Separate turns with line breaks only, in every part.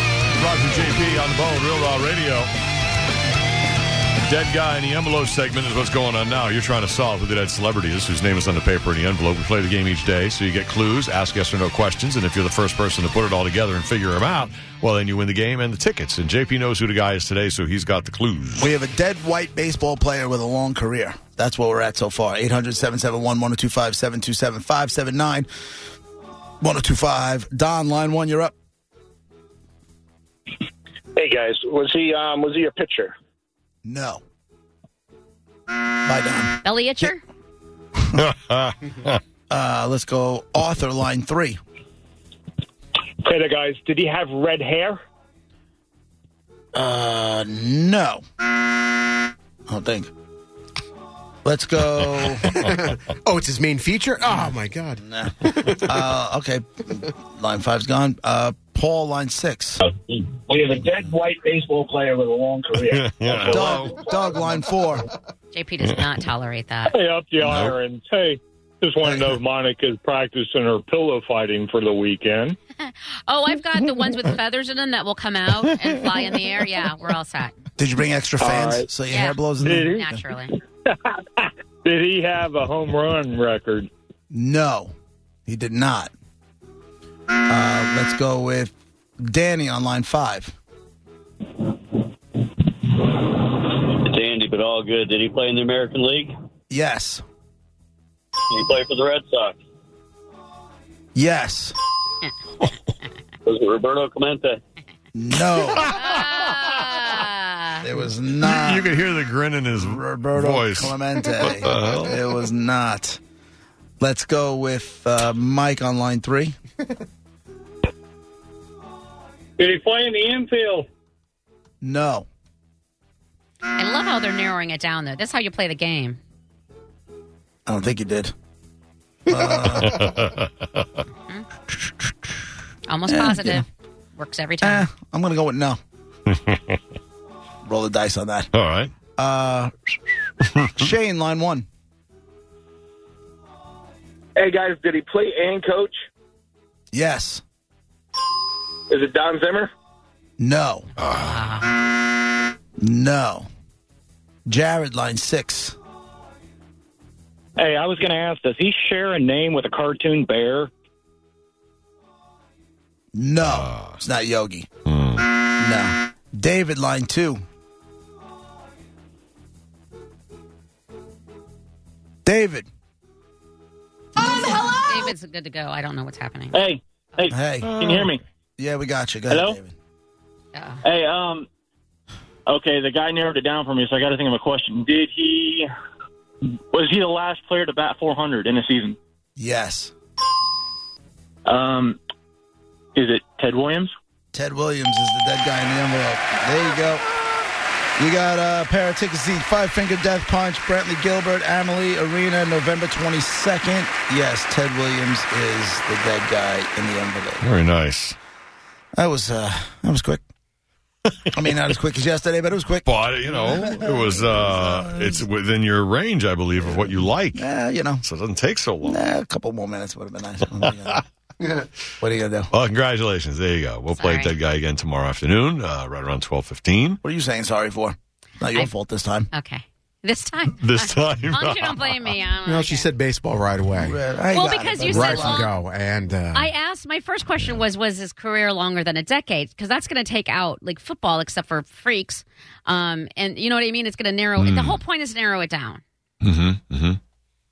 and JP on the bone, Real Raw Radio. Dead guy in the envelope segment is what's going on now. You're trying to solve who the dead celebrity is, whose name is on the paper in the envelope. We play the game each day, so you get clues, ask yes or no questions, and if you're the first person to put it all together and figure them out, well, then you win the game and the tickets. And JP knows who the guy is today, so he's got the clues.
We have a dead white baseball player with a long career. That's where we're at so far. 800 771 1025 727 579 1025. Don, line one, you're up.
Hey guys, was he um, was he a pitcher?
No. Bye, Don.
Belly itcher?
Uh, let's go author, line three.
Okay, there, guys. Did he have red hair?
Uh, no. I don't think. Let's go.
Oh, it's his main feature? Oh, my God.
Nah. Uh, okay. Line five's gone. Uh, Paul, line six.
We have a dead white baseball player with a long career.
Yeah.
Doug, Doug, line four.
JP does not tolerate that.
Hey, up the irons. Hey, just want to know if Monica's practicing her pillow fighting for the weekend.
Oh, I've got the ones with feathers in them that will come out and fly in the air. Yeah, we're all set.
Did you bring extra fans so your
Yeah.
hair blows in?
Did
The-
he?
Naturally.
Did he have a home run record?
no, he did not. Uh, let's go with Danny on line five.
It's Andy, but all good. Did he play in the American League? Did
Yes,
he play for the Red Sox?
yes,
Was it Roberto Clemente?
no.
Ah.
It was not.
You could hear the grin in his
Roberto
voice.
Clemente. It was not. Let's go with uh, Mike on line three.
Did he play in the infield?
No.
I love how they're narrowing it down, though. That's how you play the game.
I don't think he did.
Almost
Yeah,
positive. Works every
Eh,
time.
I'm going to go with no. Roll the dice on that.
All right.
Uh, Shane, line one.
Hey guys, did he play and coach?
Yes.
Is it Don Zimmer?
No. No. Jared, line six.
Hey, I was going to ask, does he share a name with a cartoon bear?
No. it's not Yogi. No. David, line two. David. Uh.
David's good to go. I don't know what's happening.
Hey, hey,
Hey.
Uh.
can you hear me?
Yeah, we got you. Go ahead,
Hello?
David.
Uh,
Hey, um, okay, the guy narrowed it down for me, so I got to think of a question. Did he was he the last player to bat 400 in a season?
Yes.
Um, is it Ted Williams?
Ted Williams is the dead guy in the envelope. There you go. You got a pair of tickets each. Five Finger Death Punch, Brantley Gilbert, Amelie Arena, November 22nd. Yes, Ted Williams is the dead guy in the envelope.
Very nice.
That was uh, that was quick. I mean, not as quick as yesterday, but it was quick.
But, you know, it was, uh, it's within your range, I believe, of what you like.
Yeah, you know,
So it doesn't take so long.
eh, a couple more minutes would have been nice. what are you gonna do?
Well, congratulations. There you go. We'll play
Sorry.
Dead Guy again tomorrow afternoon, uh, right around twelve fifteen.
What are you saying sorry for? Not your
I-
fault this time.
okay. This time.
This
As
time,
long as you don't blame me. I don't
No, she
care.
said baseball right away.
Well, because you
Right
said
from
long.
go. And uh,
I asked my first question was was his career longer than a decade because that's going to take out like football except for freaks, um, and you know what I mean. It's going to narrow.
Hmm.
The whole point is to narrow it down.
mm-hmm, mm-hmm.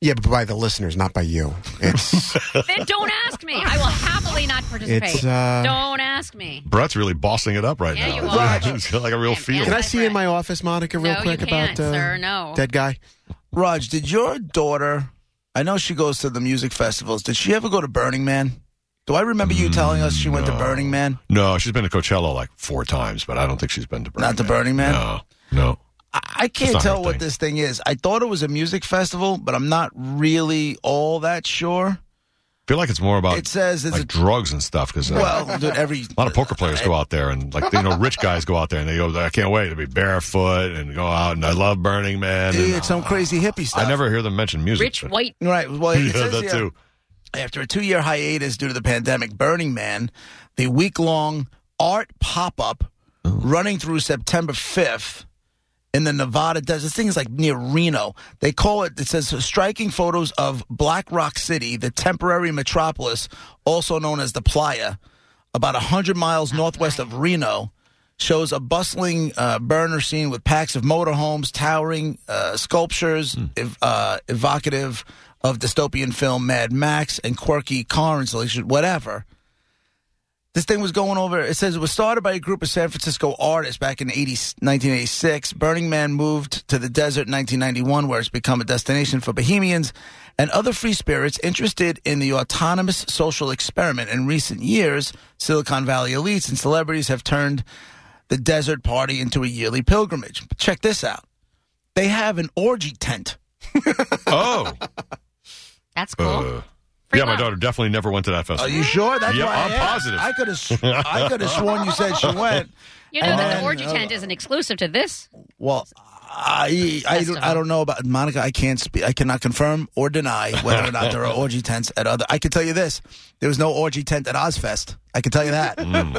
yeah, but by the listeners, not by you. It's
then don't ask me. I will happily not participate.
It's, uh,
don't ask me.
Brett's really bossing it up right
Yeah,
now.
you
It's-
are.
it's like a real
And-
feel.
Can I
My
see you in
friend.
my office, Monica, real
No, you
quick
can't,
about uh,
sir, no.
dead guy?
Raj, did your daughter? I know she goes to the music festivals. Did she ever go to Burning Man? Do I remember you telling us she went
Mm,
to Burning Man?
No, she's been to Coachella like four times, but I don't think she's been to Burning
Not to
Man.
Burning Man?
No, no.
I, I can't
not her
tell what
thing.
this thing is. I thought it was a music festival, but I'm not really all that sure.
feel like it's more about
It says it's
like drugs and stuff because
a
uh,
well, dude, every
a lot of poker players go out there and like you know rich guys go out there and they go, I can't wait to be barefoot and go out and I love Burning Man.
Dude,
and,
it's some crazy hippie stuff.
I never hear them mention music.
Rich
but-
white.
Right. Well, it
yeah,
says
that
here-
too.
after a two year hiatus due to the pandemic, Burning Man, the week long art pop up running through September 5th in the Nevada desert. This thing is like near Reno. They call it, it says striking photos of Black Rock City, the temporary metropolis, also known as the Playa, about 100 miles northwest of Reno. Shows a bustling uh, burner scene with packs of motorhomes, towering uh, sculptures, ev- uh, evocative of dystopian film Mad Max, and quirky car installation, whatever. This thing was going over. It says it was started by a group of San Francisco artists back in 80, 1986. Burning Man moved to the desert in 1991, where it's become a destination for bohemians and other free spirits interested in the autonomous social experiment. In recent years, Silicon Valley elites and celebrities have turned the desert party into a yearly pilgrimage. But check this out they have an orgy tent.
Oh,
That's cool.
uh,
Free
yeah, my
love.
daughter definitely never went to that
Are
festival.
you sure? That's
Yeah,
why
I'm
I asked.
positive.
I could have I could have sworn you said she went.
You know that
And-
Oh,
the orgy tent isn't exclusive to this.
Well, I I don't, I don't know about Monica. I can't speak. I cannot confirm or deny whether or not there are orgy tents at other. I can tell you this: there was no orgy tent at Ozfest. I can tell you that.
Well,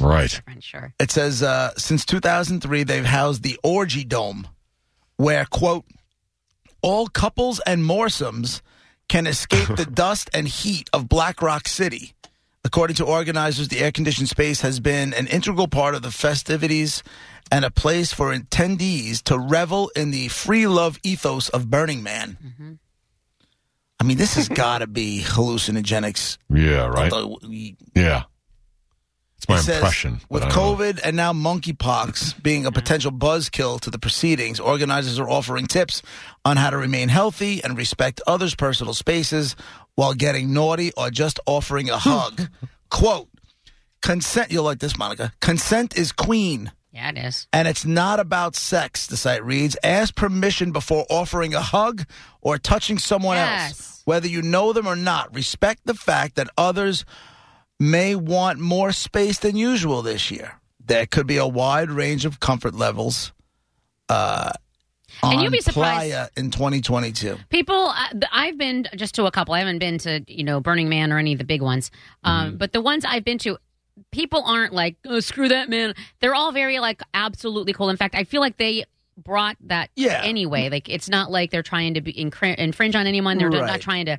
Right.
I'm sure.
It says uh, since 2003 they've housed the Orgy Dome, where quote all couples and morsums can escape the dust and heat of Black Rock City. According to organizers, the air-conditioned space has been an integral part of the festivities and a place for attendees to revel in the free love ethos of Burning Man. I mean, this has got to be hallucinogenics.
Yeah, right.
Although-
Yeah, it's my
it says,
impression. but
With
I don't know.
COVID and now monkeypox being a potential buzzkill to the proceedings, organizers are offering tips on how to remain healthy and respect others' personal spaces while getting naughty or just offering a hug. Quote, consent, you'll like this, Monica. Consent is queen.
Yeah, it is.
And it's not about sex, the site reads. Ask permission before offering a hug or touching someone else.
Yes.
Whether you know them or not, respect the fact that others may want more space than usual this year. There could be a wide range of comfort levels uh, on
And you'd be surprised-
Playa in 2022.
People, uh, th- I've been just to a couple. I haven't been to you know Burning Man or any of the big ones, um,
Mm-hmm.
but the ones I've been to, people aren't like oh, screw that man. They're all very like absolutely cool. In fact, I feel like they brought that
Yeah.
anyway. Like it's not like they're trying to be incre- infringe on anyone. They're
Right.
not trying to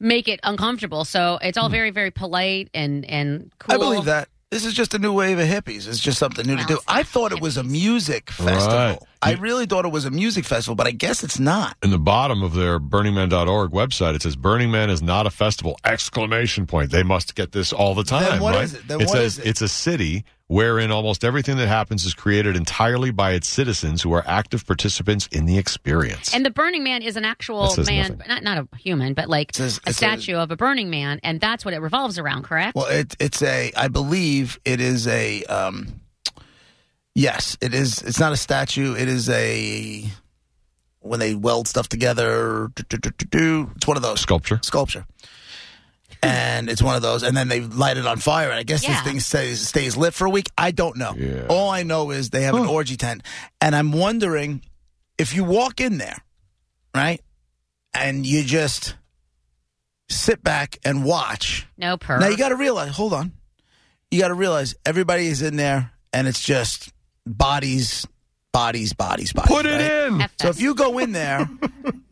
make it uncomfortable. So it's all very very polite and and cool.
Hmm. I believe that. This is just a new wave of hippies. It's just something new
Well,
to do.
it's not
I thought it was a music festival.
Right.
I really thought it was a music festival, but I guess it's not.
in the bottom of their BurningMan.org website, it says Burning Man is not a festival! Exclamation point. They must get this all the time.
what
right?
is it? Then
it
what
says
is it?
it's a city wherein almost everything that happens is created entirely by its citizens who are active participants in the experience.
And the Burning Man is an actual
That says
man,
nothing.
not not a human, but like
says-
a
it says-
statue of a Burning Man, and that's what it revolves around. Correct?
Well, it, it's a. I believe it is a. Um, yes, it is. It's not a statue. It is a. When they weld stuff together, do, do, do, do, do. it's one of those
Sculpture.
sculpture. And it's one of those, and then they light it on fire. And I guess this
Yeah.
thing stays stays lit for a week. I don't know.
Yeah.
All I know is they have an orgy tent, and I'm wondering if you walk in there, right, and you just sit back and watch.
no perv.
Now you got to realize. Hold on, you got to realize everybody is in there, and it's just bodies, bodies, bodies, bodies.
Put it
right?
in.
F
So
this.
if you go in there,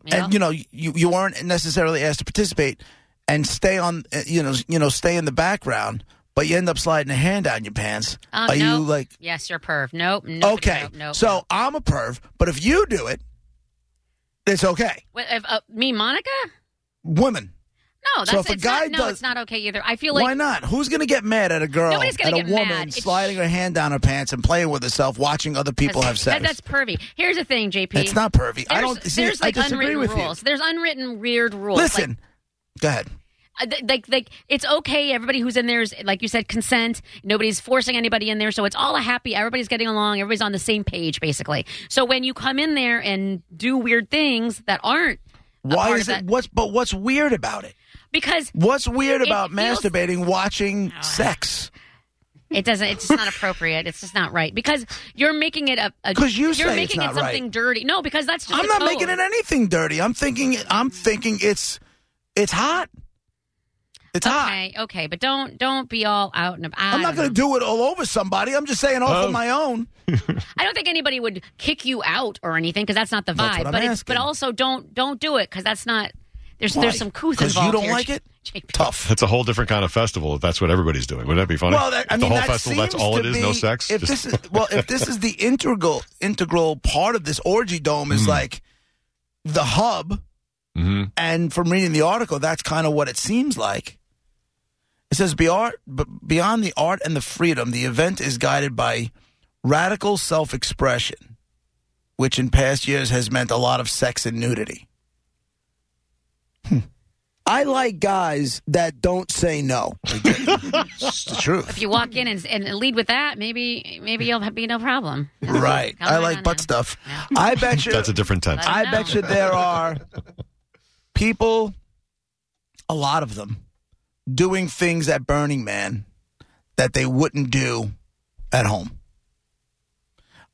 Yeah.
and you know you you weren't necessarily asked to participate, and stay on, uh, you know, you know, stay in the background, but you end up sliding a hand down your pants.
Uh,
Are
no.
you like
yes, you're perv. Nope. nobody,
okay?
Nope, nope,
so
nope.
I'm a perv, but if you do it, it's okay.
Wait, if, uh, me, Monica?
Women,
No, that's
So if a
it's
guy
not, no,
does-
it's not okay either. I feel like
why not? Who's gonna get mad at a girl,
Nobody's
at
gonna
a
get
woman,
mad. It's-
sliding her hand down her pants and playing with herself, watching other people have sex?
That, that's pervy. Here's the thing, JP.
It's not pervy. I
There's-
don't see.
there's
I
like
disagree
unwritten
with
rules. There's unwritten weird
you.
rules.
Listen, go ahead.
Like, uh, th- like, like it's okay. Everybody who's in there is, like you said, consent. Nobody's forcing anybody in there, so it's all a happy. Everybody's getting along. Everybody's on the same page, basically. So when you come in there and do weird things that aren't a
Why
part
is
of
it?
that-
What's but what's weird about it?
because
What's weird
It
about
feels- Oh,
masturbating, watching sex?
It doesn't. It's just not appropriate. It's just not right because you're making it a. a-
'Cause you
you're
say it's
making
not
it something
right.
dirty. No, because that's just.
I'm
the
not
code.
making it anything dirty. I'm thinking. I'm thinking it's it's hot.
It's hot.
Okay, okay, but don't don't be all out and about.
I'm not going to do it all over somebody. I'm just saying off
Oh.
on my own.
I don't think anybody would kick you out or anything because that's not the vibe.
That's what I'm
but it's,
asking.
but also don't don't do it because that's not there's
Why?
there's some couth
'Cause you
involved.
don't
here,
like it?
JP.
Tough.
That's a whole different kind of festival if that's what everybody's doing. Wouldn't that be funny?
Well, that, I
If
mean,
the whole
that
festival, that's
seems
all
to
it is,
be,
no sex.
If
just-
this is well, if this is the integral integral part of this orgy dome
Hmm.
is like the hub,
Mhm.
and from reading the article, that's kind of what it seems like. It says beyond, beyond the art and the freedom, the event is guided by radical self-expression, which in past years has meant a lot of sex and nudity. Hmm.
I like guys that don't say no.
It's the truth.
If you walk in and, and lead with that, maybe maybe you'll be no problem.
Right.
Come
I
on
like
in.
butt stuff. I bet you
that's a different tent.
Like-
I
know.
bet you there are people, a lot of them, doing things at Burning Man that they wouldn't do at home.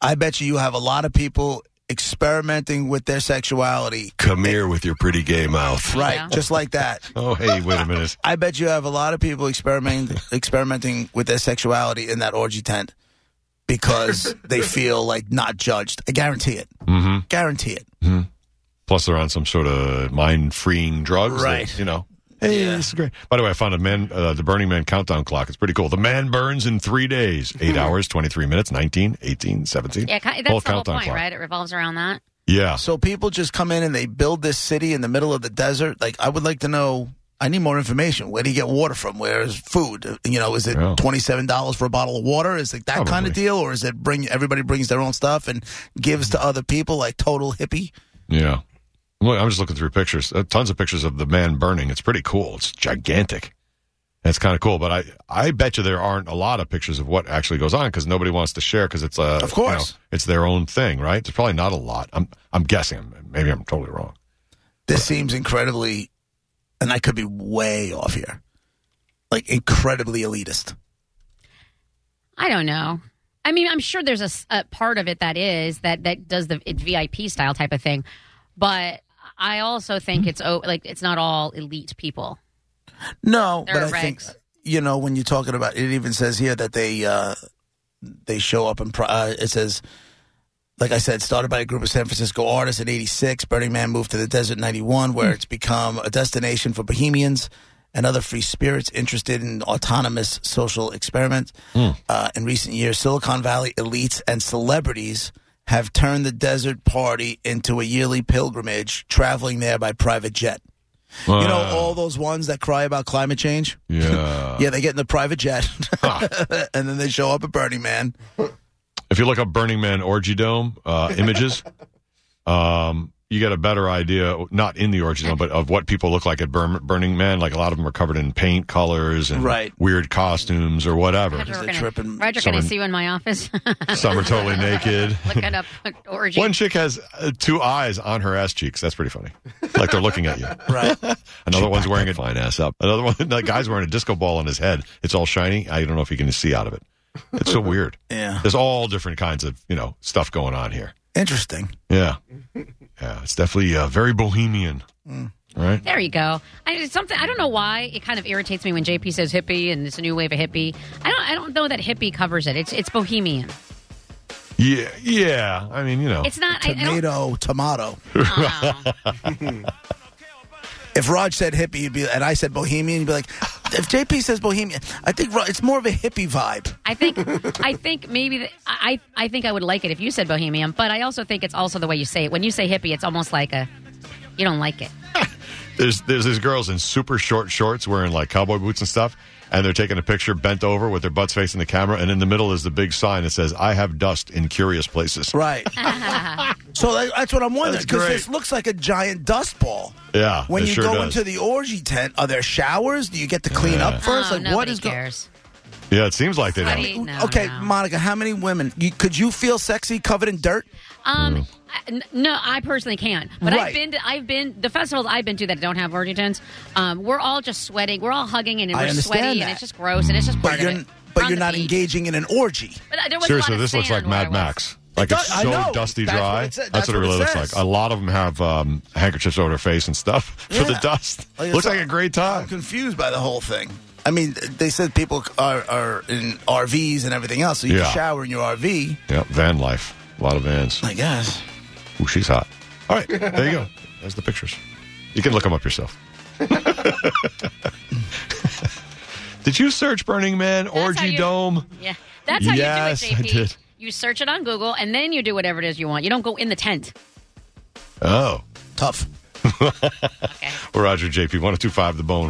I bet you you have a lot of people experimenting with their sexuality,
Come here with your pretty gay mouth.
right?
Yeah.
Just like that.
Oh, hey, wait a minute.
I bet you have a lot of people experimenting experimenting with their sexuality in that orgy tent because they feel like not judged. I guarantee it.
hmm
Guarantee it.
Plus, they're on some sort of mind freeing drugs. that,
Right.
you know. Hey, this is great. By the way, I found a man, uh, the Burning Man countdown clock. It's pretty cool. The man burns in three days, eight hours, 23 minutes, 19, 18, 17.
Yeah, ki- that's
Whole
the whole
countdown
point,
clock.
right? It revolves around that.
Yeah.
So people just come in and they build this city in the middle of the desert. Like I would like to know. I need more information. Where do you get water from? Where is food? You know, is it
Yeah.
twenty seven dollars for a bottle of water? Is it that kind
Probably.
of deal, or is it bring everybody brings their own stuff and gives to other people like total hippie?
Yeah. Look, I'm just looking through pictures. Uh, tons of pictures of the man burning. It's pretty cool. It's gigantic. That's kind of cool. But I, I bet you there aren't a lot of pictures of what actually goes on because nobody wants to share because it's uh,
Of course.
you know, it's their own thing, right? There's probably not a lot. I'm I'm guessing. Maybe I'm totally wrong.
This seems incredibly, and I could be way off here, like incredibly elitist.
I don't know. I mean, I'm sure there's a, s- a part of it that is that that does the it VIP style type of thing, but I also think it's oh, like it's not all elite people.
No,
There are
but I think
regs.
you know when you're talking about it. Even says here that they uh, they show up and uh, it says, like I said, started by a group of San Francisco artists in '86. Burning Man moved to the desert in '91, where it's become a destination for bohemians and other free spirits interested in autonomous social experiments. Uh, in recent years, Silicon Valley elites and celebrities. Have turned the desert party into a yearly pilgrimage, traveling there by private jet. You know, all those ones that cry about climate change?
Uh, yeah.
Yeah, they get in the private jet
Ah.
and then they show up at Burning Man.
If you look up Burning Man orgy dome uh, images, um, you get a better idea, not in the orgy dome, but of what people look like at Burn- Burning Man. Like a lot of them are covered in paint colors and
Right.
weird costumes or whatever.
Roger,
Is
we're
it
gonna,
tripping?
Roger,
Someone-
can I see you in my office?
Some are totally naked.
Looking up orgy.
One chick has uh, two eyes on her ass cheeks. That's pretty funny. Like they're looking at you.
Right.
Another one's wearing a
Fine ass up.
another one. That guy's wearing a disco ball on his head. It's all shiny. I don't know if you can see out of it. It's so weird.
yeah.
There's all different kinds of you know stuff going on here.
Interesting.
Yeah, yeah. It's definitely uh, very bohemian,
Mm.
right?
There you go. I it's something I don't know why it kind of irritates me when JP says hippie and it's a new wave of hippie. I don't I don't know that hippie covers it. It's it's bohemian.
Yeah, yeah. I mean, you know,
It's not I, I don't
Tomato, tomato.
know.
If Raj said hippie, you'd be, and I said bohemian, you'd be like, if JP says bohemian, I think Raj, it's more of a hippie vibe.
I think I think maybe that, I I think I would like it if you said bohemian, but I also think it's also the way you say it. When you say hippie, it's almost like a you don't like it.
there's there's these girls in super short shorts wearing like cowboy boots and stuff, and they're taking a picture bent over with their butts facing the camera, and in the middle is the big sign that says "I have dust in curious places."
Right. so that, that's what I'm wondering
That's
because
great.
this looks like a giant dust ball.
Yeah,
When
it
you
sure
go
does.
into the orgy tent, are there showers? Do you get to clean up first?
oh,
like,
nobody
what is going
cares.
Yeah, it seems like they
I
don't.
mean, no,
okay,
no.
Monica, how many women you, could you feel sexy covered in dirt?
Um,
Mm.
I- n- no, I personally can't. But I've
Right.
been, to, I've been the festivals I've been to that don't have orgy tents. Um, we're all just sweating, we're all hugging, and,
I
we're
understand
sweaty,
that.
and it's just gross, and it's just part
But you're
of it.
but
On
you're
the
not
beach.
engaging in an orgy.
But, uh, there was a lot
Seriously,
of
this looks
sand
like
where I
Mad
was.
Max. Like
It
it's
does- I
so
know.
dusty
That's what
dry.
it sa-
that's
that's
what it
what it
really looks
says.
like. A lot of them have um, handkerchiefs over their face and stuff for the
Yeah.
dust.
Like it's
looks
all-
like a great
I'm
time.
confused by the whole thing. I mean, they said people are, are in RVs and everything else, so you
Yeah.
can shower in your RV.
Yep, van life. A lot of vans.
I guess.
Ooh, she's hot. All right, there you go. There's the pictures. You can look them up yourself. Did you search Burning Man,
how
Orgy
you-
Dome?
Yeah, that's how
Yes,
you do it,
I
JP.
did.
You search it on Google, and then you do whatever it is you want. You don't go in the tent.
Oh,
Tough.
Roger JP, 1025 The Bone.